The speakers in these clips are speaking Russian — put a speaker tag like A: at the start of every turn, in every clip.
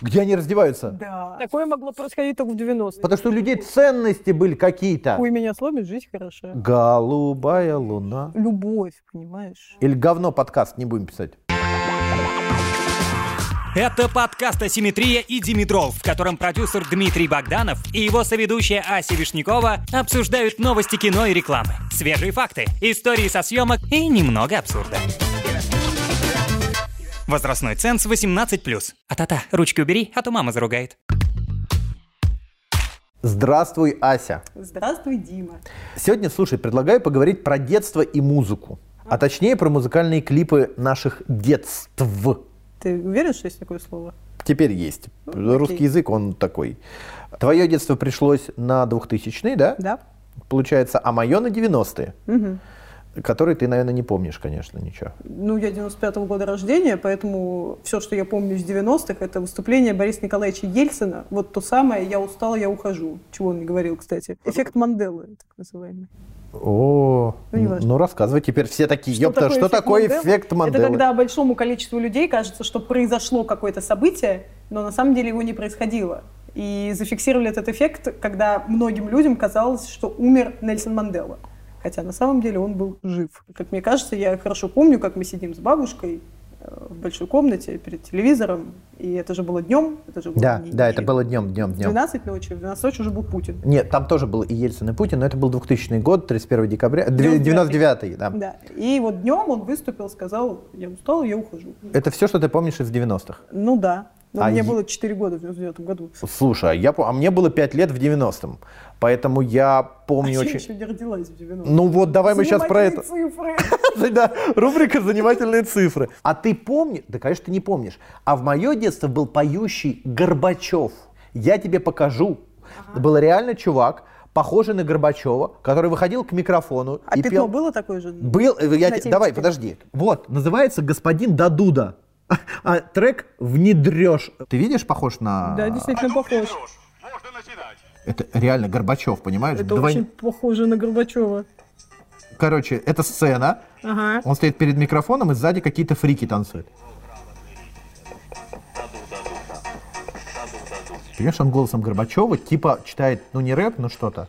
A: Где они раздеваются?
B: Да.
C: Такое могло происходить только в 90-е.
A: Потому что у людей ценности были какие-то.
C: Хуй меня сломит, жизнь хороша.
A: Голубая луна.
C: Любовь, понимаешь?
A: Или говно подкаст не будем писать.
D: Это подкаст «Асимметрия» и «Димитров», в котором продюсер Дмитрий Богданов и его соведущая Ася Вишнякова обсуждают новости кино и рекламы, свежие факты, истории со съемок и немного абсурда. Возрастной ценз 18+. А-та-та, ручки убери, а то мама заругает.
A: Здравствуй, Ася.
B: Здравствуй, Дима.
A: Сегодня, слушай, предлагаю поговорить про детство и музыку. А точнее, про музыкальные клипы наших детств.
C: Ты веришь, что есть такое слово?
A: Теперь есть.
C: Ну,
A: Русский
C: окей.
A: язык, он такой. Твое детство пришлось на 2000-е, да?
C: Да.
A: Получается, а мое на 90-е,
C: Мгм.
A: которые ты, наверное, не помнишь, конечно, ничего.
C: Ну, я 95-го года рождения, поэтому все, что я помню из 90-х, это выступление Бориса Николаевича Ельцина. Вот то самое «Я устал, я ухожу», чего он не говорил, кстати. Эффект Манделы, так называемый.
A: О,
C: Ну,
A: ну,
C: неважно.
A: рассказывай теперь все такие, ёпта, что такое эффект Манделы?
C: Это когда большому количеству людей кажется, что произошло какое-то событие, но на самом деле его не происходило. И зафиксировали этот эффект, когда многим людям казалось, что умер Нельсон Мандела. Хотя на самом деле он был жив. Как мне кажется, я хорошо помню, как мы сидим с бабушкой э, в большой комнате перед телевизором. И это же было днем. Это же было
A: Да,
C: не-
A: да,
C: не
A: это было днем, днем,
C: в
A: днем.
C: 12 ночи, в 12 ночи уже был Путин.
A: Нет, там тоже был и Ельцин, и Путин, но это был 2000 год, 31 декабря, 99 да.
C: Да. И вот днем он выступил, сказал, я устал, я ухожу.
A: Это все, что ты помнишь из 90-х.
C: Ну да. Но
A: А
C: мне
A: е-
C: было 4 года в 99 году.
A: Слушай, а, я, по- а мне было 5 лет в 90-м, поэтому я помню
C: а я
A: очень...
C: еще не родилась в 90
A: Ну вот, давай мы сейчас про это...
C: цифры.
A: Да, рубрика «Занимательные цифры». А ты помнишь? Да, конечно, ты не помнишь. А в мое детство был поющий Горбачев. Я тебе покажу. Был реально чувак, похожий на Горбачева, который выходил к микрофону
C: А
A: и
C: пятно
A: пел...
C: было такое же?
A: Был, э, я
C: На
A: те- давай,
C: темечке.
A: подожди. Вот, называется «Господин Дадуда». А трек «Внедрешь». Ты видишь, похож на...
C: Да, действительно похож.
E: Можно начинать.
A: Это реально Горбачев, понимаешь?
C: Это
A: Двой-
C: очень похоже на Горбачева.
A: Короче, это сцена.
C: Ага.
A: Он стоит перед микрофоном, и сзади какие-то фрики танцуют. Понимаешь, он голосом Горбачева типа читает, ну не рэп, но что-то.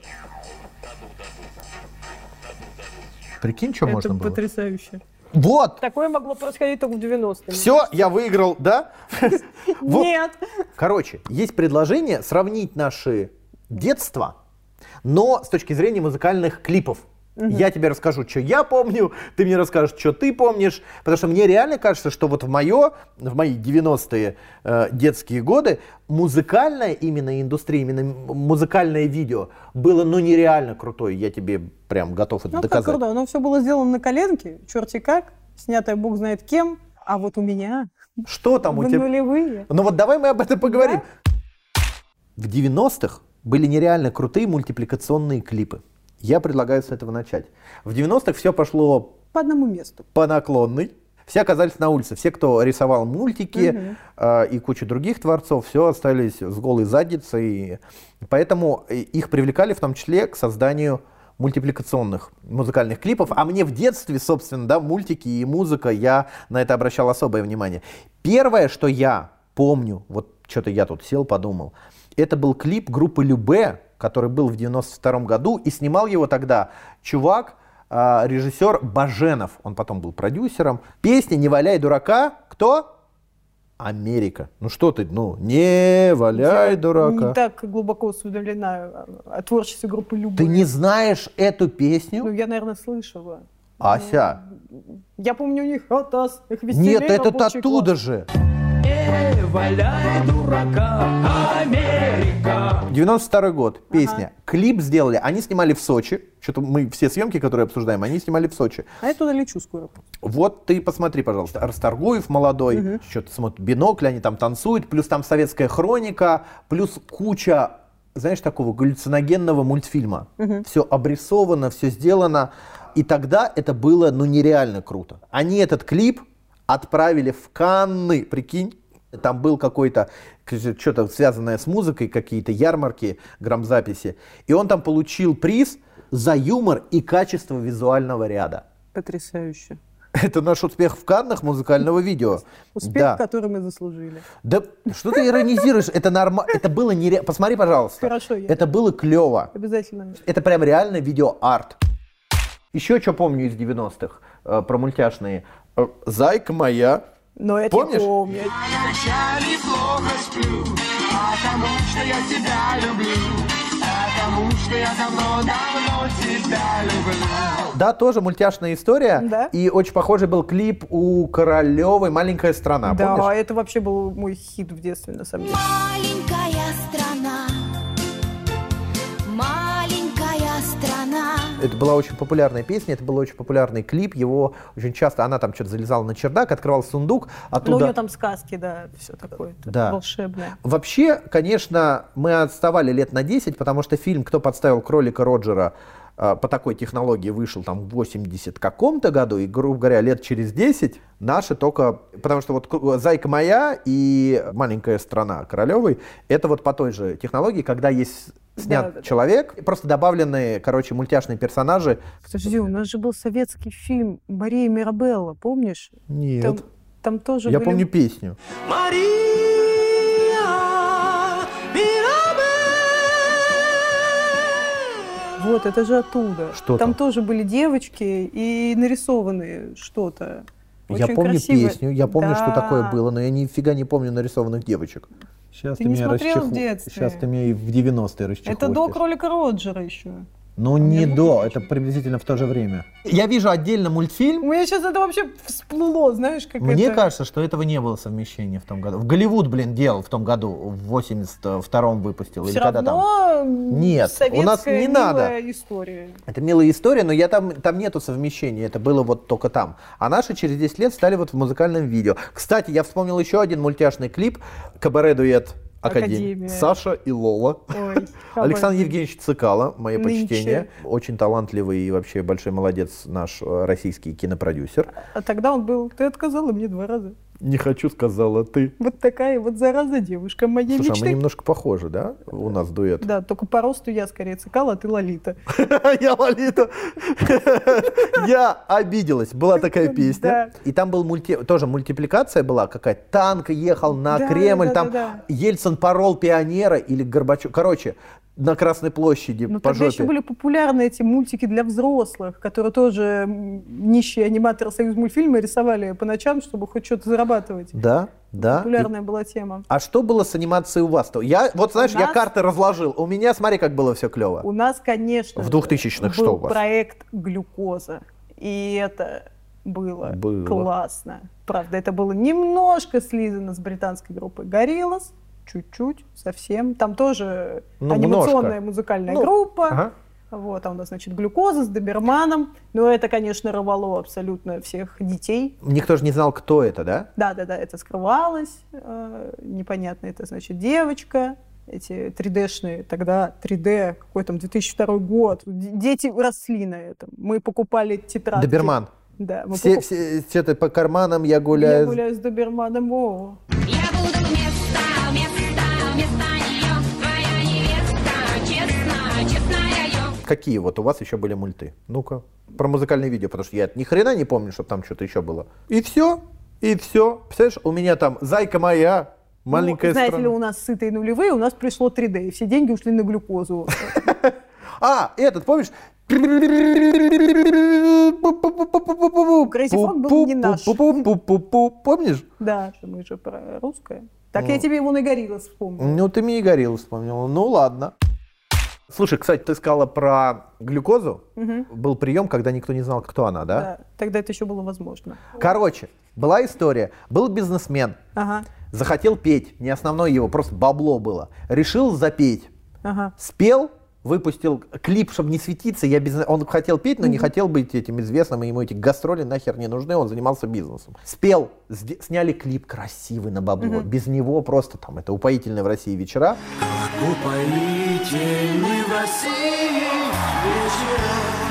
A: Прикинь, что можно
C: Это
A: было?
C: потрясающе.
A: Вот!
C: Такое могло происходить только в 90-е.
A: Все, я выиграл, да? Вот.
C: Нет.
A: Короче, есть предложение сравнить наши детства, но с точки зрения музыкальных клипов. Я тебе расскажу, что я помню, ты мне расскажешь, что ты помнишь, потому что мне реально кажется, что вот в мое, в мои 90-е э, детские годы музыкальная именно индустрия, именно м- музыкальное видео было ну нереально крутое, я тебе прям готов это
C: Ну, как
A: доказать.
C: круто. Оно все было сделано на коленке, черти как, снятое бог знает кем. А вот у меня
A: Что там у
C: в
A: тебя?
C: нулевые.
A: Ну вот давай мы об этом поговорим. В 90-х были нереально крутые мультипликационные клипы. Я предлагаю с этого начать. В 90-х все пошло
C: По одному месту.
A: по наклонной. Все оказались на улице. Все, кто рисовал мультики э, и кучу других творцов, все остались с голой задницей. Поэтому э, их привлекали в том числе к созданию мультипликационных музыкальных клипов. А мне в детстве, собственно, да, мультики и музыка, я на это обращал особое внимание. Первое, что я помню, вот что-то я тут сел, подумал, это был клип группы Любе, который был в 92 году, и снимал его тогда чувак, а, режиссер Баженов, он потом был продюсером. Песня «Не валяй дурака» кто? Америка. Ну что ты, ну, не валяй
C: Не
A: дурака.
C: так глубоко осведомлена о творчестве группы Любовь.
A: Ты не знаешь эту
C: Ну,
A: песню?
C: я, наверное, слышала.
A: Ася,
C: Я помню у них «Атас», их веселей
A: нет, это
C: рабочий класс.
A: оттуда же.
F: Валяй дурака, Америка.
A: 92 год, песня. Клип сделали, они снимали в Сочи. Что-то мы все съемки, которые обсуждаем, они снимали в Сочи.
C: А я туда лечу скоро.
A: Вот ты посмотри, пожалуйста, Расторгуев молодой, что-то смотрит бинокль, они там танцуют, плюс там советская хроника, плюс куча, знаешь, такого галлюциногенного мультфильма. Все обрисовано, все сделано. И тогда это было, ну, нереально круто. Они этот клип отправили в Канны, прикинь. Там был какой-то, что-то связанное с музыкой, какие-то ярмарки, грамзаписи. И он там получил приз за юмор и качество визуального ряда.
C: Потрясающе.
A: Это наш успех в Каннах музыкального видео.
C: Успех,
A: Да.
C: который мы заслужили.
A: Да что ты иронизируешь? Это норма... Это было нереально. Посмотри, пожалуйста.
C: Хорошо, я-
A: Это было клево.
C: Обязательно.
A: Это прям реально видеоарт. Еще что помню из 90-х э, про мультяшные. Э, Зайка моя.
C: Но это
A: Помнишь?
C: я помню.
B: ночами плохо сплю, потому что я тебя люблю, потому что я давно-давно тебя люблю.
A: Да, тоже мультяшная история.
C: Да.
A: И очень похожий был клип у Королевой «Маленькая страна».
C: да,
A: А, Помнишь?
C: это вообще был мой хит в детстве, на самом деле.
E: Маленькая страна, маленькая страна.
A: Это была очень популярная песня, это был очень популярный клип. Его очень часто, она там что-то залезала на чердак, открывала сундук,
C: Ну, у
A: оттуда...
C: нее там сказки, да, все такое
A: Да.
C: волшебное.
A: Вообще, конечно, мы отставали лет на 10, потому что фильм «Кто подставил кролика Роджера» э, по такой технологии вышел там в 80 каком-то году, и, грубо говоря, лет через 10 наши только... Потому что вот к- «Зайка моя» и «Маленькая страна Королевой» — это вот по той же технологии, когда есть снят
C: Да, да, да.
A: человек, и просто добавлены, короче, мультяшные персонажи.
C: Подожди, у нас же был советский фильм «Мария Мирабелла», помнишь?
A: Нет.
C: Там, там тоже
A: Я
C: были-
A: помню песню.
F: Мария,
C: Вот, это же оттуда.
A: Что там?
C: там? тоже были девочки и нарисованы что-то.
A: я
C: Очень
A: помню
C: красиво.
A: песню, я помню, что такое
C: Да.
A: было, но я нифига не помню нарисованных девочек. Сейчас
C: Ты ты не меня смотрел в расчеху- детстве? щас ты
A: меня и в 90-е расчехвостишь.
C: Это до кролика Роджера еще.
A: Ну, не до, это приблизительно в то же время. Я вижу отдельно
C: У
A: мультфильм.
C: меня сейчас это вообще всплыло, знаешь, как
A: Мне
C: это...
A: кажется, что этого не было совмещения в том году. В Голливуд, блин, делал в том году, в 82-м выпустил.
C: Все
A: или когда там.
C: равно м,
A: Нет, у нас
C: советская
A: не надо.
C: милая история.
A: Это милая история, но я там, там нету совмещения, это было вот только там. А наши через 10 лет стали вот в музыкальном видео. Кстати, я вспомнил еще один мультяшный клип «Кабаре-дуэт Академии».
C: Академия.
A: Саша и Лола.
C: Ой,
A: Александр Евгеньевич Цикало, мое
C: Нынче.
A: почтение. Очень талантливый и вообще большой молодец наш э, российский кинопродюсер.
C: А тогда он был, ты отказала мне два раза.
A: Не хочу, сказала ты.
C: Вот такая вот зараза девушка моей
A: Слушай, а мы
C: мечты.
A: немножко похожи, да? У нас дуэт.
C: Да, только по росту я скорее цикала, а ты лолита.
A: Я Лолита. Я обиделась. Была такая
C: Да.
A: песня. И там был мульти... тоже мультипликация была какая-то. Танк ехал
C: Да,
A: на Кремль.
C: да,
A: Там
C: да, да.
A: Ельцин порол пионера или Горбачев. Короче, на Красной площади
C: Но
A: по
C: Ну, тогда еще
A: жопе.
C: были популярны эти мультики для взрослых, которые тоже м, нищие аниматоры Союз мультфильма рисовали по ночам, чтобы хоть что-то зарабатывать.
A: Да, да. И-
C: Популярная была тема.
A: А что было с анимацией у вас? -то? Я, вот знаешь, я
C: нас-
A: карты разложил. У меня, смотри, как было все клево.
C: У нас, конечно,
A: В
C: же,
A: 2000-х
C: был
A: что у вас?
C: проект «Глюкоза». И это было,
A: Было.
C: классно. Правда, это было немножко слизано с британской группой «Гориллас», чуть-чуть, совсем. Там тоже
A: Ну,
C: анимационная
A: немножко.
C: музыкальная
A: Ну,
C: группа.
A: Ага.
C: Вот, а у нас, значит, глюкоза с доберманом. Но это, конечно, рвало абсолютно всех детей.
A: Никто же не знал, кто это, да?
C: Да-да-да, это скрывалось. э, непонятно, это, значит, девочка. Эти 3D-шные, тогда 3D, какой там 2002 год. Д- Дети росли на этом. Мы покупали тетрадки.
A: Доберман.
C: Да. мы
A: Все,
C: покуп-
A: все, то по карманам я гуляю.
C: Я гуляю с доберманом. О,
E: Я буду вместо, вместо, вместо нее твоя невеста, честно, честная я.
A: Какие вот у вас еще были мульты? Ну-ка, про музыкальные видео, потому что я ни хрена не помню, чтобы там что-то еще было. И все, и все. Представляешь, у меня там «Зайка моя», «Маленькая
C: ну, знаете
A: страна».
C: ли, у нас сытые нулевые, у нас пришло 3D, и все деньги ушли на глюкозу.
A: А, этот, помнишь?
C: Crazy Frog был не наш.
A: Пу-пу-пу-пу-пу-пу. Помнишь?
C: Да, мы же про русское. Так я тебе его нагорила, вспомнила.
A: Ну, ты мне и горилл вспомнила. Ну, ладно. Слушай, кстати, ты сказала про глюкозу. Был прием, когда никто не знал, кто она, да?
C: Да, тогда это еще было возможно.
A: Короче, была история. Был бизнесмен,
C: Ага,
A: захотел петь, не основное его, просто бабло было. Решил запеть.
C: ага.
A: Спел, выпустил клип, чтобы не светиться. Я бизнес... Он хотел петь, но не хотел быть этим известным, и ему эти гастроли нахер не нужны, он занимался бизнесом. Спел, сде- сняли клип красивый на бабло. Без него просто там, это упоительные в России вечера.
F: Упоительный в России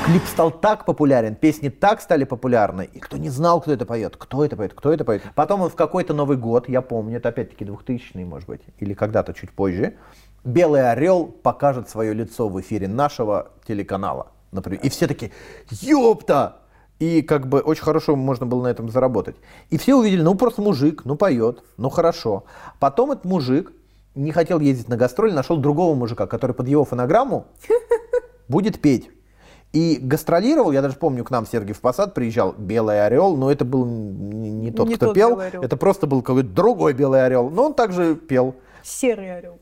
A: Клип стал так популярен, песни так стали популярны, и кто не знал, кто это поет, кто это поет, кто это поет. Потом он в какой-то Новый год, я помню, это опять-таки 2000 может быть, или когда-то чуть позже, «Белый орел» покажет свое лицо в эфире нашего телеканала, например. И все такие, ёпта! И как бы очень хорошо можно было на этом заработать. И все увидели, ну просто мужик, ну поет, ну хорошо. Потом этот мужик не хотел ездить на гастроли, нашел другого мужика, который под его фонограмму будет петь. И гастролировал, я даже помню, к нам Сергей в Посад приезжал «Белый орел», но это был не, не тот,
C: Не
A: кто
C: тот
A: пел,
C: «Белый орел».
A: это просто был какой-то другой «Белый орел», но он также пел.
C: Серый орел.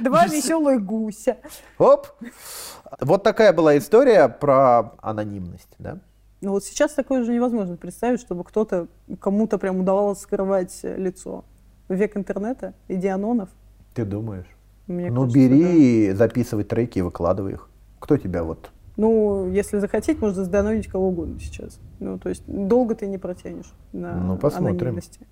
C: Два веселых гуся.
A: Оп! Вот такая была история про анонимность, да?
C: Ну вот сейчас такое же невозможно представить, чтобы кто-то, кому-то прям удавалось скрывать э, лицо. Век интернета и дианонов.
A: Ты думаешь?
C: Мне
A: ну,
C: кажется, да.
A: бери, записывай треки и выкладывай их. Кто тебя вот?
C: Ну, если захотеть, можно сдановить кого угодно сейчас. Ну, то есть долго ты не протянешь на
A: Ну, посмотрим.
C: анонимности.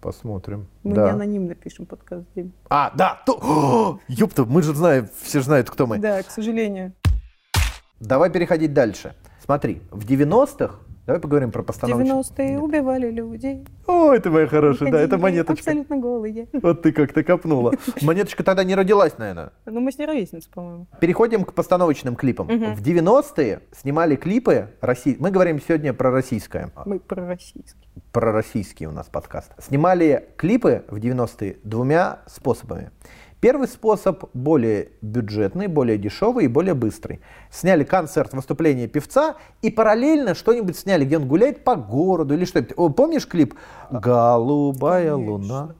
A: Посмотрим.
C: Мы
A: да.
C: не анонимно пишем подкаст, Дим.
A: А, да! То... О, ёпта, мы же знаем, все же знают, кто мы.
C: Да, к сожалению.
A: Давай переходить дальше. Смотри, в 90-х, давай поговорим про
C: В
A: постановочную.
C: 90-е
A: Нет.
C: убивали людей.
A: О, это моя хорошая, да, это
C: Ходили
A: монеточка.
C: Абсолютно голые.
A: Вот ты как-то копнула. Монеточка тогда не родилась, наверное.
C: Ну, мы с ней ровесницы, по-моему.
A: Переходим к постановочным клипам.
C: Мгм.
A: В 90-е снимали клипы России. Мы говорим сегодня про российское.
C: Мы пророссийские.
A: Про российский у нас подкаст. Снимали клипы в 90-е двумя способами. Первый способ более бюджетный, более дешевый и более быстрый. Сняли концерт, выступление певца и параллельно что-нибудь сняли, где он гуляет по городу или что-нибудь. О, Помнишь клип «Голубая луна»?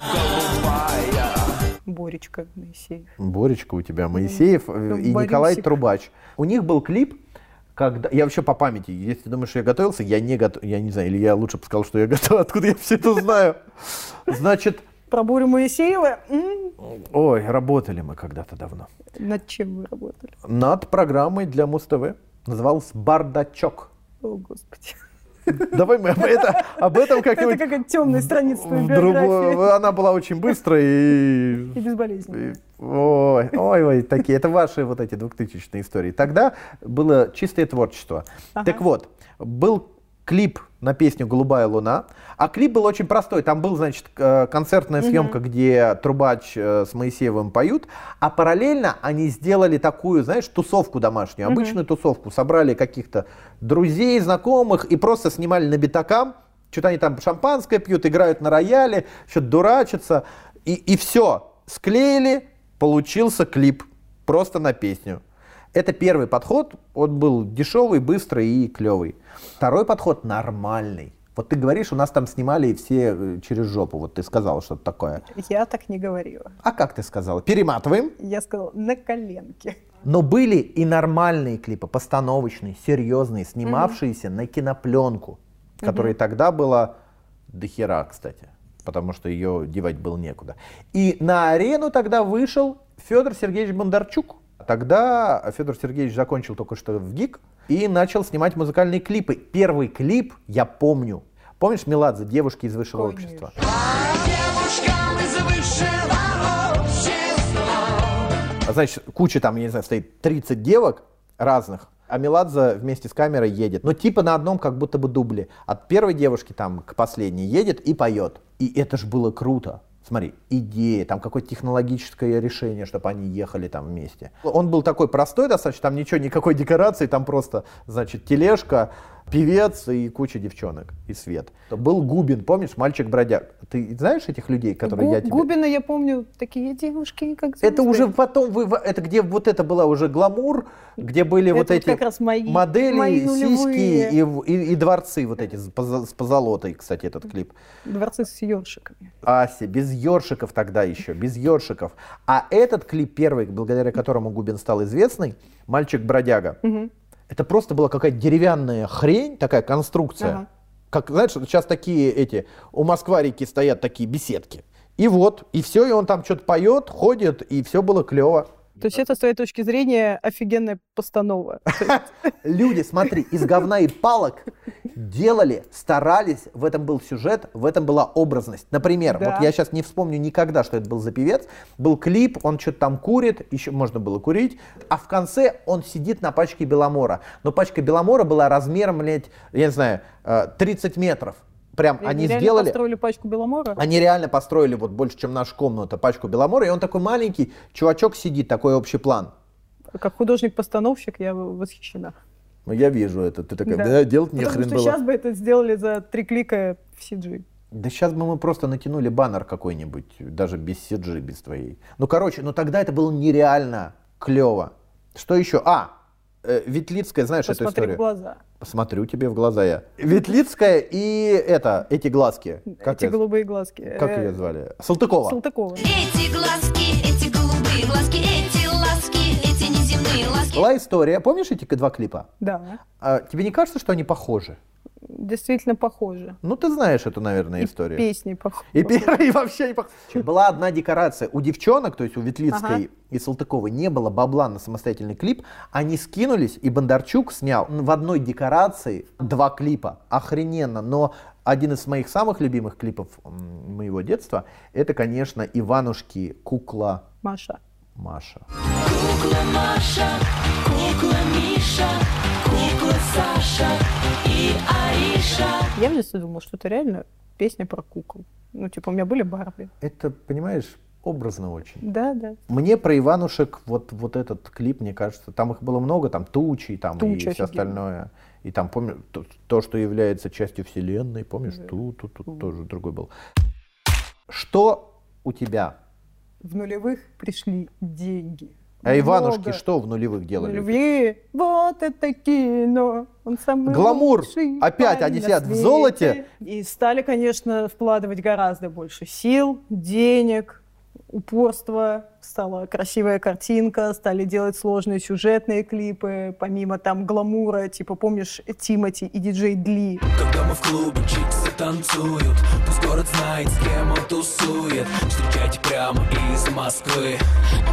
C: Боречка Моисеев.
A: Боречка у тебя, Моисеев э, и Николай
C: Борисик.
A: Трубач. У них был клип, когда... Я вообще по памяти, если ты думаешь, что я готовился, я не готов... Я не знаю, или я лучше бы сказал, что я готов. Откуда я все это знаю? Значит,
C: Про Борю Моисеева? М,
A: ой, работали мы когда-то давно.
C: Над чем вы работали?
A: Над программой для Муз-ТВ. Называлась «Бардачок».
C: О, Господи.
A: Давай мы об, это, об этом
C: Это
A: как-нибудь...
C: какая-то темная страница твоей
A: в другую-
C: биографии.
A: Она была очень быстрая и
C: И безболезненно.
A: И- Ой, ой, ой, такие, это ваши вот эти двухтысячные истории. Тогда было чистое творчество.
C: Ага.
A: Так вот, был клип на песню «Голубая луна», а клип был очень простой. Там был, значит, к- э, концертная съемка, где Трубач э, с Моисеевым поют, а параллельно они сделали такую, знаешь, тусовку домашнюю, обычную тусовку. Собрали каких-то друзей, знакомых и просто снимали на битакам. Что-то они там шампанское пьют, играют на рояле, что-то дурачатся. И, и все. Склеили, получился клип. Просто на песню. Это первый подход. Он был дешевый, быстрый и клевый. Второй подход нормальный. Вот ты говоришь, у нас там снимали все э, через жопу. Вот ты сказала что-то такое.
C: Я так не говорила.
A: А как ты сказала? Перематываем.
C: Я сказала, на коленке.
A: Но были и нормальные клипы, постановочные, серьезные, снимавшиеся на кинопленку, которая тогда была до хера, кстати, потому что ее девать было некуда. И на арену тогда вышел Федор Сергеевич Бондарчук. Тогда Федор Сергеевич закончил только что в ГИК и начал снимать музыкальные клипы. Первый клип, я помню, помнишь Меладзе, девушки из высшего
C: Конечно.
A: общества?
F: Девушкам из высшего общества.
A: А, Значит, куча там, я не знаю, стоит 30 девок разных, а Меладзе вместе с камерой едет. Но типа на одном как будто бы дубле. От первой девушки там к последней едет и поет. И это же было круто. Смотри, идея, там какое-то технологическое решение, чтобы они ехали там вместе. Он был такой простой достаточно, там ничего, никакой декорации, там просто, значит, тележка, певец и куча девчонок, и свет. Был Губин, помнишь, мальчик-бродяг. Ты знаешь этих людей, которые я
C: Гу-
A: тебе...
C: Губина, я помню, такие девушки, как
A: Это
C: звезды.
A: уже потом, вы, это где вот это была уже гламур, где были
C: Это
A: вот
C: вот
A: эти
C: как раз мои-
A: модели,
C: мои нулевые.
A: сиськи и, в- и- и дворцы вот эти с поза- с позолотой, кстати, этот клип.
C: Дворцы с ёршиками.
A: Ася, без ёршиков тогда еще, без ёршиков. А этот клип первый, благодаря которому Губин стал известный, «Мальчик-бродяга»,
C: Мгм.
A: это просто была какая-то деревянная хрень, такая конструкция.
C: Ага.
A: Как, знаешь, сейчас такие эти, у Москварики стоят такие беседки. И вот, и все, и он там что-то поет, ходит, и все было клево.
C: То есть это, с твоей точки зрения, офигенная постанова. То есть
A: Люди, смотри, из говна и палок делали, старались, в этом был сюжет, в этом была образность. Например,
C: Да.
A: вот я сейчас не вспомню никогда, что это был за певец, был клип, он что-то там курит, еще можно было курить, а в конце он сидит на пачке Беломора. Но пачка Беломора была размером, блядь, я не знаю, э, 30 метров. Прям они
C: реально
A: сделали...
C: построили пачку Беломора?
A: Они реально построили вот больше, чем наша комната, пачку Беломора, и он такой маленький, чувачок сидит, такой общий план.
C: Как художник-постановщик я восхищена.
A: Ну, я вижу это. Ты такая,
C: Да.
A: да, делать мне
C: Потому
A: хрен
C: что
A: было.
C: сейчас бы это сделали за три клика в CG.
A: Да сейчас бы мы просто натянули баннер какой-нибудь, даже без CG, без твоей. Ну, короче, ну тогда это было нереально клево. Что еще? А, э, Ветлицкая, знаешь эту
C: Посмотри в
A: историю?
C: глаза.
A: Посмотрю тебе в глаза я. Ветлицкая и это, эти глазки. Как,
C: Эти
A: её-
C: голубые глазки.
A: как
C: Э,
A: ее звали? Салтыкова.
C: Салтыкова.
E: Эти глазки, эти голубые глазки, эти ласки, эти неземные ласки.
A: Была история, помнишь эти два клипа?
C: Да,
A: А, тебе не кажется, что они похожи?
C: действительно похожи.
A: Ну, ты знаешь эту, наверное, историю.
C: Песни похожи.
A: И первые вообще не пох- Была одна декорация. У девчонок, то есть у Ветлицкой
C: Ага.
A: и Салтыковой, не было бабла на самостоятельный клип. Они скинулись, и Бондарчук снял ну, в одной декорации два клипа. Охрененно. Но один из моих самых любимых клипов м, моего детства, это, конечно, Иванушки «Кукла
C: Маша.
A: Маша».
E: Кукла Маша, кукла Миша, кукла Саша и Ариша.
C: Я в детстве думала, что это реально песня про кукол. Ну, типа, у меня были Барби.
A: Это, понимаешь, образно очень.
C: Да, да.
A: Мне про Иванушек вот, вот этот клип, мне кажется, там их было много, там тучи, там и
C: Тучи
A: все
C: офигенно.
A: остальное. И там, помню, то, то, что является частью вселенной, помнишь, тут, тут, тут тоже другой был. Что у тебя?
C: В нулевых пришли деньги.
A: А Иванушки
C: Много.
A: что в нулевых делали?
C: Нулевые. Вот это кино. Он самый
A: Гламур.
C: лучший
A: Опять
C: парень
A: они
C: на
A: сидят в
C: свете.
A: золоте.
C: И стали, конечно, вкладывать гораздо больше сил, денег, упорства. Стала красивая картинка, стали делать сложные сюжетные клипы, помимо там гламура, типа, помнишь, Тимати и диджей Дли.
G: Когда мы в клубе чиксы танцуют Пусть город знает, с кем он тусует Встречайте прямо из Москвы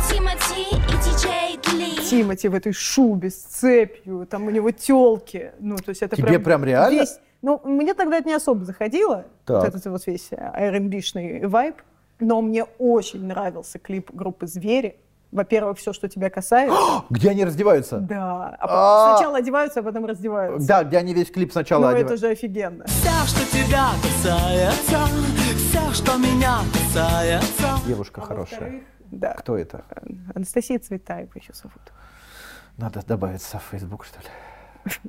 E: Тимати и диджей Гли.
C: Тимати в этой шубе с цепью, там у него телки. Ну, то есть это
A: Тебе прям реально?
C: весь- Ну, мне тогда это не особо заходило,
A: Так.
C: вот этот вот весь а, R&B-шный вайб, но мне очень нравился клип группы «Звери». Во-первых, все, что тебя касается.
A: Где они раздеваются?
C: да.
A: А.
C: А потом сначала одеваются, а потом раздеваются.
A: Да, где они весь клип сначала
C: Ну, это
A: одевают.
C: же офигенно.
G: Все, что тебя касается Все, что меня касается
A: Девушка хорошая.
C: Да.
A: Кто это?
C: Э. Анастасия Цветаева еще зовут.
A: Надо добавиться в Facebook, что ли?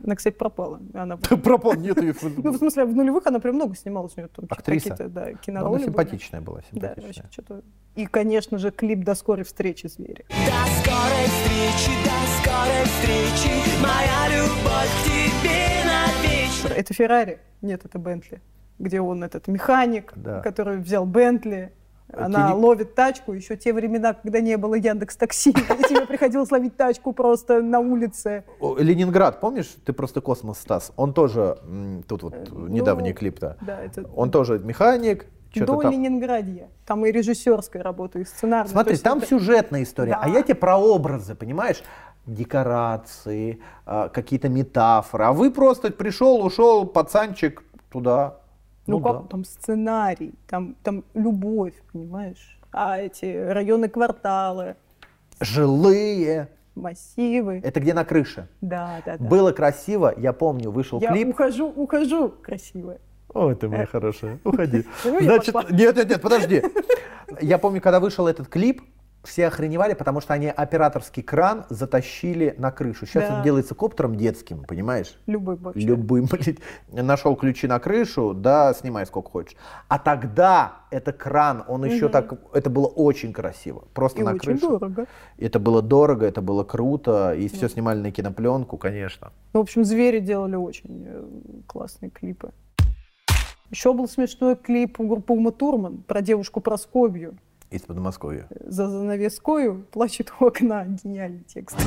C: Она, кстати, пропала. Она...
A: Пропал, нет ее в
C: Ну, в
A: Facebook.
C: смысле, в нулевых она прям много снималась. У нее там
A: Актриса?
C: какие-то да,
A: Ну,
C: кинороли
A: Она
C: были.
A: симпатичная была,
C: Да, вообще
A: симпатичная.
C: что-то... И, конечно же, клип «До скорой встречи, звери».
G: До скорой встречи, до скорой встречи Моя любовь к тебе навечно
C: Это Феррари, нет, это Бентли, где он этот механик,
A: Да. А
C: который взял Бентли, она
A: Телек-
C: ловит тачку, еще те времена, когда не было Яндекс Такси, тебе приходилось ловить тачку просто на улице.
A: О, Ленинград, помнишь, ты просто космос, Стас? Он тоже, м, тут вот недавний
C: ну,
A: клип-то,
C: Да, это
A: он тоже механик, что-то
C: до
A: там.
C: Ленинградья. Там и режиссерская работа, и сценарная. То
A: Смотри,
C: есть
A: там
C: это-
A: сюжетная история, а
C: Да.
A: я тебе про образы, понимаешь? Декорации, а, какие-то метафоры. А вы просто пришел, ушел, пацанчик туда.
C: Ну,
A: Ну
C: как
A: да.
C: там сценарий, там, там любовь, понимаешь? А эти районы, кварталы,
A: Жилые.
C: массивы.
A: Это где на крыше.
C: Да, да, да.
A: Было красиво, я помню, вышел
C: Я
A: клип.
C: ухожу, ухожу, красиво.
A: О, ты моя хорошая, уходи.
C: Э. Ну, я
A: Значит,
C: пошла.
A: нет, нет, нет, подожди. Я помню, когда вышел этот клип, все охреневали, потому что они операторский кран затащили на крышу. Сейчас
C: Да.
A: он делается коптером детским, понимаешь?
C: Любой вообще.
A: Любым, блин. Нашел ключи на крышу, да, снимай сколько хочешь. А тогда это кран, он еще так, это было очень красиво. Просто
C: И
A: на
C: очень
A: крышу.
C: дорого.
A: Это было дорого, это было круто, и все снимали на кинопленку, конечно.
C: Ну, в общем, звери делали очень э, классные клипы. Еще был смешной клип у группы Ума Турман про девушку Проскобью.
A: Из Подмосковья.
C: За занавескою плачет у окна. Гениальный текст.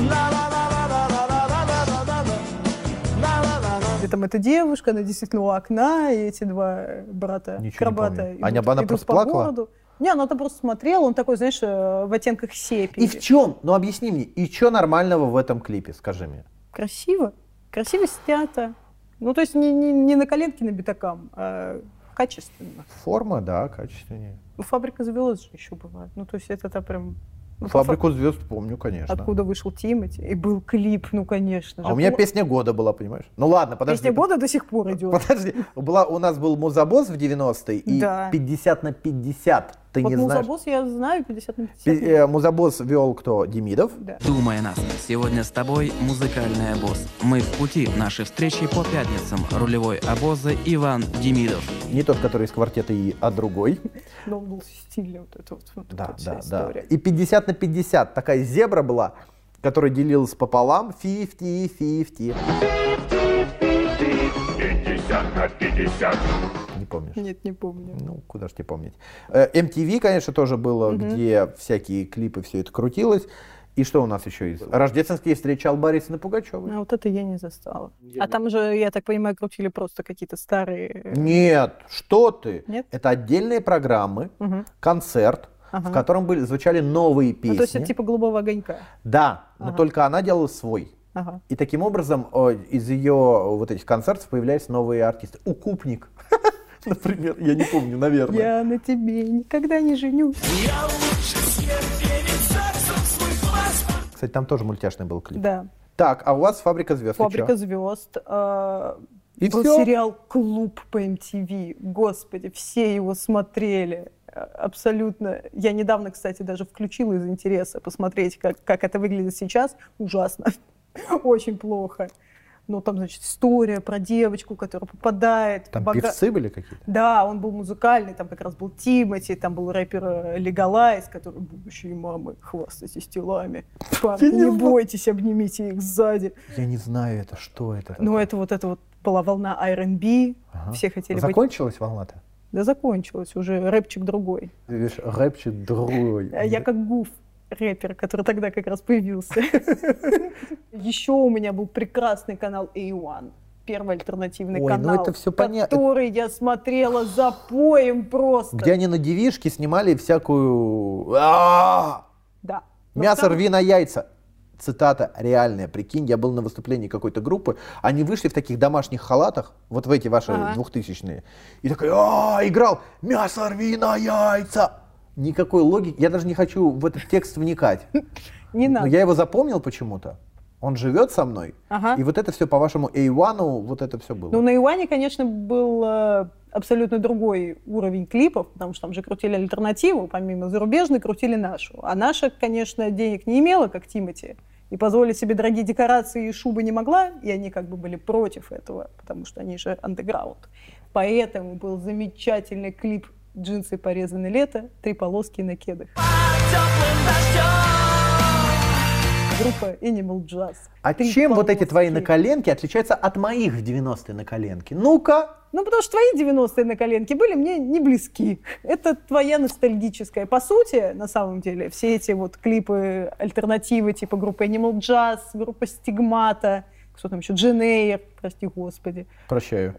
C: И там эта девушка, она действительно у окна, и эти два брата
A: Ничего не
C: крабата
A: помню. Аня Бана
C: идут
A: просто
C: по
A: плакала?
C: городу. Не, она там просто смотрела, он такой, знаешь, э, в оттенках сепии.
A: И в чем? Ну объясни мне, и что нормального в этом клипе, скажи мне?
C: красиво, красиво снято. Ну, то есть не, не, не на коленке на битакам, а качественно.
A: Форма, да, качественнее.
C: Ну, Фабрика звезд же еще бывает. Ну, то есть это та прям... ну,
A: Фабрику звезд помню,
C: фа-
A: конечно.
C: Откуда вышел Тимати. И был клип, ну, конечно же.
A: А у меня
C: Пом-
A: песня года была, понимаешь? Ну ладно, подожди.
C: Песня года до сих пор идет.
A: Подожди, была, у нас был музабос в 90-е, и
C: Да.
A: 50 на 50 Ты
C: вот
A: не знаешь.
C: Музабос я знаю 50 на
A: Пи-
C: 50.
A: э, Музабос вел кто? Демидов.
C: Да.
H: Думай о нас. Сегодня с тобой музыкальный обоз. Мы в пути. Наши встречи по пятницам. Рулевой обоза Иван Демидов.
A: Не тот, который из квартета И, а другой.
C: Но он был стильный вот эта вот, вот эта
A: Да,
C: вот вся
A: да, да.
C: история.
A: И 50 на 50. Такая зебра была, которая делилась пополам. 50-50.
I: 50 на 50.
A: Не помнишь?
C: Нет, не помню.
A: Ну, куда ж тебе помнить. Э, MTV, конечно, тоже было, где всякие клипы, все это крутилось. И что у нас еще из? Рождественский встречал Борисовна Пугачева.
C: А вот это я не застала. а там же, я так понимаю, крутили просто какие-то старые... э,
A: Нет, что ты?
C: Нет?
A: Это отдельные программы,
C: Мгм.
A: концерт,
C: Ага.
A: в котором были, звучали новые
C: Ну,
A: песни.
C: то есть это типа голубого огонька.
A: Да, но
C: Ага.
A: только она делала свой.
C: Ага.
A: И таким образом о, из ее вот этих концертов появлялись новые артисты. Укупник, например, я не помню, наверное.
C: Я на тебе никогда не женюсь.
A: Кстати, там тоже мультяшный был клип.
C: Да.
A: Так, а у вас «Фабрика звезд» и
C: Фабрика
A: чё?
C: звезд.
A: И
C: был
A: всё?
C: сериал Клуб по MTV. Господи, все его смотрели. А- Абсолютно. Я недавно, кстати, даже включила из интереса посмотреть, как, как это выглядит сейчас. Ужасно. Очень плохо. Ну, там, значит, история про девочку, которая попадает.
A: Там
C: бога-
A: певцы были какие-то?
C: Да, он был музыкальный, там как раз был Тимати, там был рэпер э, Легалайз, который «Будущие мамы, хвастайтесь телами, парни, не бойтесь, обнимите их сзади».
A: Я не знаю это, что это.
C: Ну,
A: такое?
C: это вот это вот была волна R&B,
A: Ага.
C: все хотели быть...
A: Закончилась волна-то?
C: Да закончилась уже, рэпчик другой.
A: Ты Видишь, рэпчик другой.
C: А Я как гуф рэпер, который тогда как раз появился. Еще у меня был прекрасный канал A1. Первый альтернативный
A: Ой, ну
C: канал,
A: это всё понятно.
C: который я смотрела за поем просто.
A: Где они на девишке снимали всякую... А!
C: Да. Но
A: Мясо
C: там-
A: рви на яйца. Цитата реальная. Прикинь, я был на выступлении какой-то группы, они вышли в таких домашних халатах, вот в эти ваши
C: Ага.
A: двухтысячные, и такой, а, играл, мясо рви на яйца. Никакой логики, я даже не хочу в этот текст вникать.
C: Не
A: Но
C: надо.
A: я его запомнил почему-то. Он живет со мной.
C: Ага.
A: И вот это все по вашему Эйвану, вот это все было.
C: Ну, на Иване, конечно, был э, абсолютно другой уровень клипов, потому что там же крутили альтернативу, помимо зарубежной, крутили нашу. А наша, конечно, денег не имела, как Тимати, и позволить себе дорогие декорации и шубы не могла, и они как бы были против этого, потому что они же андеграунд. Поэтому был замечательный клип «Джинсы порезаны лето, три полоски на кедах». Группа Animal Jazz.
A: а
C: Три
A: чем вот эти твои
C: полоски.
A: наколенки отличаются от моих в 90-е наколенки? Ну-ка!
C: Ну, потому что твои 90-е на коленке были мне не близки. Это твоя ностальгическая. По сути, на самом деле, все эти вот клипы, альтернативы, типа группы Animal Jazz, группа Стигмата, кто там еще, Джин Эйр, прости господи,
A: Прощаю.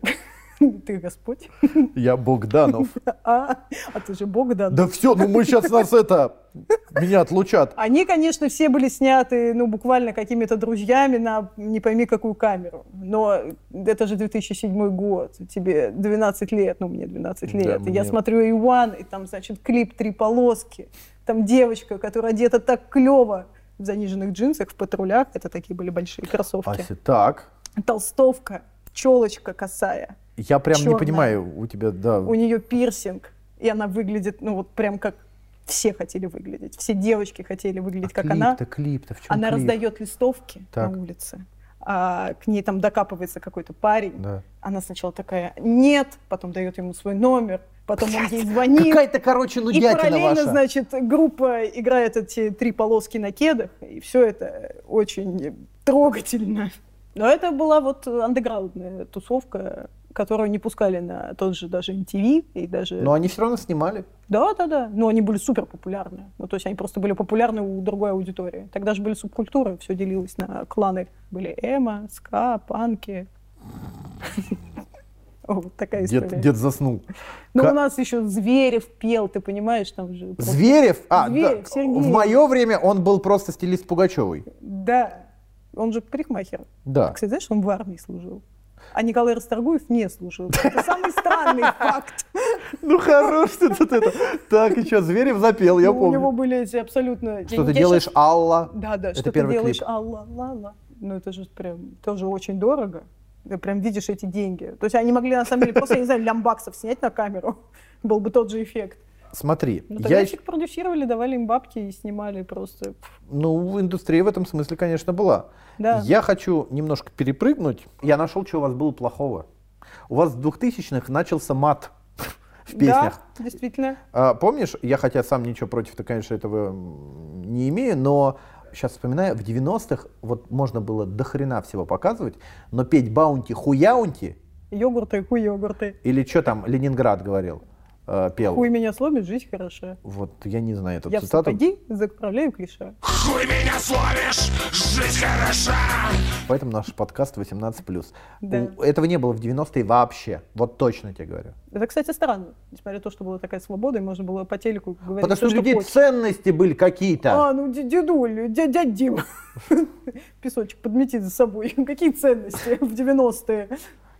C: ты Господь,
A: Я Богданов.
C: а, а ты же Бог дан.
A: Да все, ну мы сейчас нас это... Меня отлучат.
C: Они, конечно, все были сняты, ну, буквально какими-то друзьями на не пойми какую камеру. Но это же 2007 год, тебе 12 лет, ну, мне 12
A: Да,
C: лет. И Я
A: мне-
C: смотрю Иван, и там, значит, клип «Три полоски». Там девочка, которая одета так клево в заниженных джинсах, в патрулях, это такие были большие кроссовки.
A: Ася, так.
C: Толстовка, челочка косая,
A: Я прям не
C: Чёрная.
A: понимаю, у тебя, да...
C: у нее пирсинг, и она выглядит, ну, вот прям как все хотели выглядеть, все девочки хотели выглядеть, как она.
A: Клип-то, клип-то, в чем
C: Она раздает листовки
A: Так.
C: на улице, а к ней там докапывается какой-то парень.
A: Да.
C: Она сначала такая «нет», потом дает ему свой номер, потом он ей звонит.
A: Какая-то, короче,
C: И
A: нудятина
C: параллельно,
A: ваша.
C: значит, группа играет эти три полоски на кедах, и все это очень трогательно. Но это была вот андеграундная тусовка, которую не пускали на тот же даже MTV и даже...
A: Но они все равно снимали.
C: Да, да, да. Но они были супер популярны. Ну, то есть они просто были популярны у другой аудитории. Тогда же были субкультуры, все делилось на кланы. Были эмо, ска, панки. О, Вот такая история.
A: заснул.
C: Ну,
A: Ка-
C: у нас еще Зверев пел, ты понимаешь, там же... просто-
A: Зверев? А,
C: Зверев,
A: да,
C: Сергей.
A: в мое время он был просто стилист Пугачевой.
C: Да. Он же парикмахер.
A: Да.
C: Кстати, знаешь, он в армии служил. А Николай Расторгуев не служил. Это самый странный факт.
A: Ну хорош ты тут это. Так, еще Зверев запел, я
C: Ну, У него
A: помню.
C: были эти абсолютно...
A: Что ты
C: Я
A: делаешь,
C: щас-
A: Алла?
C: Да, да,
A: Это
C: что ты
A: первый
C: делаешь,
A: клип.
C: алла, ла, ла. Ну, это же прям тоже очень дорого. Ты прям видишь эти деньги. То есть они могли, на самом деле, просто, я не знаю, лямбаксов снять на камеру. Был бы тот же эффект.
A: Смотри,
C: Ну,
A: я
C: тогда
A: еще
C: их продюсировали, давали им бабки и снимали просто. Пф,
A: Ну, индустрия в этом смысле, конечно, была.
C: Да.
A: Я хочу немножко перепрыгнуть. Я нашел, что у вас было плохого. У вас в 2000-х начался мат в песнях.
C: Да, действительно.
A: А, помнишь, я хотя сам ничего против-то, конечно, этого м, не имею, но сейчас вспоминаю, в 90-х вот можно было до хрена всего показывать, но петь баунти хуяунти,
C: Йогурты, хуй йогурты.
A: или что там Ленинград говорил, э, пел.
C: Хуй меня сломит, жизнь хороша.
A: Вот я не знаю эту
C: Я в
A: цитату.
C: сапоги заправляю клиша.
A: Поэтому наш подкаст 18+.
C: Да.
A: У- Этого не было в 90-е вообще. Вот точно тебе говорю.
C: Это, кстати, странно. Несмотря на то, что была такая свобода, и можно было по телеку говорить
A: Потому что у
C: всё,
A: людей
C: хочешь.
A: ценности были какие-то.
C: А, ну дя- дедуль, дя- дядя Дима. Песочек подметит за собой. Какие ценности в 90-е?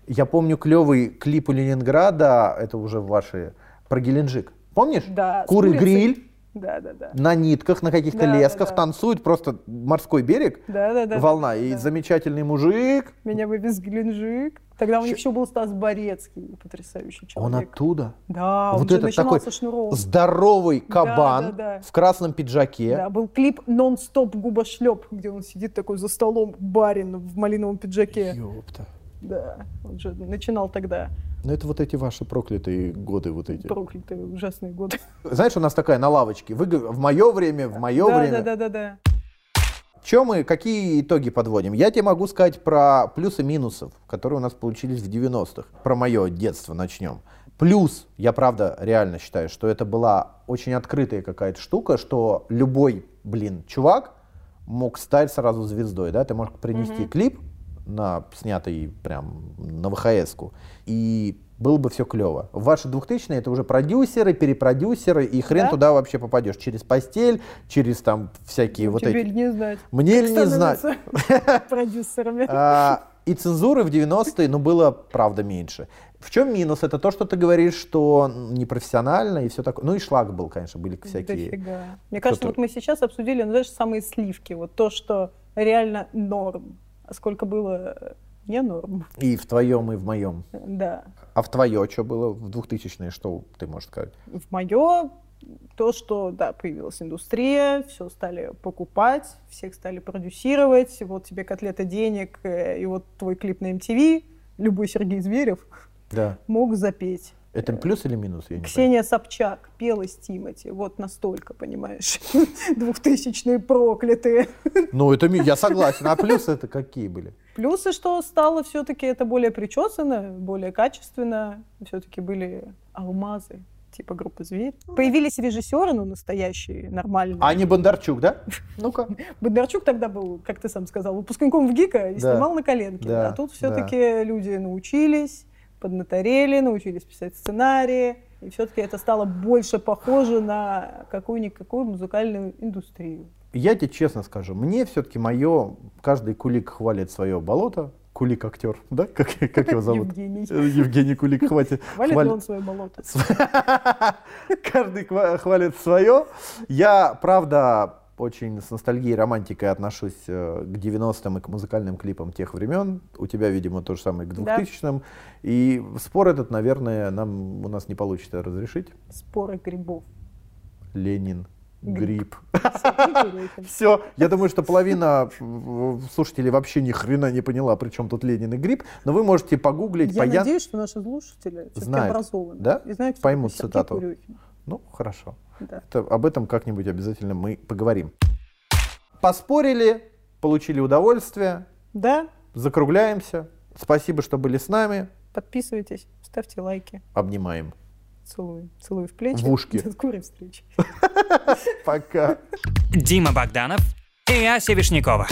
A: Я помню клевый клип у Ленинграда, это уже ваши, про Геленджик. Помнишь?
C: Да. с
A: Куры
C: улицы.
A: гриль
C: Да, да, да.
A: на нитках, на каких-то
C: Да, да,
A: лесках
C: да.
A: танцуют просто морской берег,
C: Да, да, да.
A: волна.
C: да,
A: и
C: да.
A: замечательный мужик.
C: Меня вывез в Геленджик. Тогда у них еще был Стас Борецкий, потрясающий
A: Он
C: человек.
A: оттуда.
C: Да, он
A: вот
C: же
A: этот
C: начинал
A: такой
C: со шнуров.
A: здоровый кабан
C: да, да.
A: в красном пиджаке.
C: Да, был клип «Нон-стоп губошлеп», где он сидит такой за столом, барин в малиновом пиджаке.
A: Ёпта.
C: Да, он же начинал тогда
A: Ну это вот эти ваши проклятые годы вот эти.
C: проклятые ужасные годы.
A: Знаешь, у нас такая на лавочке. Вы г- в мое время, в мое
C: Да,
A: время.
C: да, да, да, да.
A: Че мы, какие итоги подводим? Я тебе могу сказать про плюсы и минусов, которые у нас получились в 90-х. Про мое детство начнем. Плюс, я правда реально считаю, что это была очень открытая какая-то штука, что любой, блин, чувак мог стать сразу звездой, да? Ты можешь принести клип на снятый прям на вхс -ку, и было бы все клево. Ваши 2000-е это уже продюсеры, перепродюсеры, и хрен
C: Да?
A: туда вообще попадешь. Через постель, через там всякие вот
C: Тебе
A: эти...
C: ли не знать.
A: Мне ли не знать?
C: Становятся Продюсерами.
A: А, И цензуры в 90-е, ну, было, правда, меньше. В чем минус? Это то, что ты говоришь, что непрофессионально и все такое. Ну и шлак был, конечно, были всякие.
C: Дофига. Мне кажется,
A: Кто-то-
C: вот мы сейчас обсудили, ну, знаешь, самые сливки. Вот то, что реально норм. А сколько было э, не норм.
A: И в твоем, и в моем.
C: Да.
A: А в твое что было в 2000-е? Что ты можешь сказать?
C: В мое то, что, да, появилась индустрия, все стали покупать, всех стали продюсировать, вот тебе котлета денег, э, и вот твой клип на MTV, любой Сергей Зверев
A: Да.
C: мог запеть.
A: Это плюс или минус? Я не понимаю.
C: Ксения Собчак пела с Тимати, вот настолько, понимаешь, двухтысячные проклятые.
A: Ну, это ми- я согласен. А плюсы это какие были?
C: Плюсы, что стало все-таки это более причесано, более качественно. Все-таки были алмазы, типа группы «Зверь». Появились режиссеры, ну, настоящие, нормальные.
A: Аня А Бондарчук, да? Ну-ка.
C: Бондарчук тогда был, как ты сам сказал, выпускником в ГИКа и
A: Да.
C: снимал на коленке.
A: Да,
C: А тут
A: да.
C: все-таки люди научились, поднаторели, научились писать сценарии. И все-таки это стало больше похоже на какую-никакую музыкальную индустрию.
A: Я тебе честно скажу, мне все-таки мое, каждый кулик хвалит свое болото. Кулик актер, да? Как, как его зовут?
C: Евгений.
A: Э, Евгений Кулик, хватит.
C: Валит ли
A: хвалит.
C: он свое болото?
A: Каждый ква- хвалит свое. Я, правда, очень с ностальгией и романтикой отношусь э, к 90-м и к музыкальным клипам тех времен. У тебя, видимо, то же самое к
C: Да.
A: 2000-м. И спор этот, наверное, нам, у нас не получится разрешить.
C: Споры грибов.
A: Ленин, гриб.
C: Сергей Курехин.
A: Все, я думаю, что половина э, слушателей вообще ни хрена не поняла, при чем тут Ленин и грипп, но вы можете погуглить по
C: Я
A: Ян-
C: надеюсь, что наши слушатели все-таки
A: Знают,
C: образованы.
A: да?
C: И знают, кто
A: Поймут
C: такой Сергей
A: цитату.
C: Курехин.
A: Ну, хорошо.
C: Да.
A: Это- об этом как-нибудь обязательно мы поговорим. Поспорили, получили удовольствие,
C: да,
A: закругляемся. Спасибо, что были с нами.
C: подписывайтесь, ставьте лайки.
A: Обнимаем.
C: Целую. Целую в плечи.
A: В ушки.
C: До скорой встречи.
A: Пока.
D: Дима Богданов и Ася Вишнякова.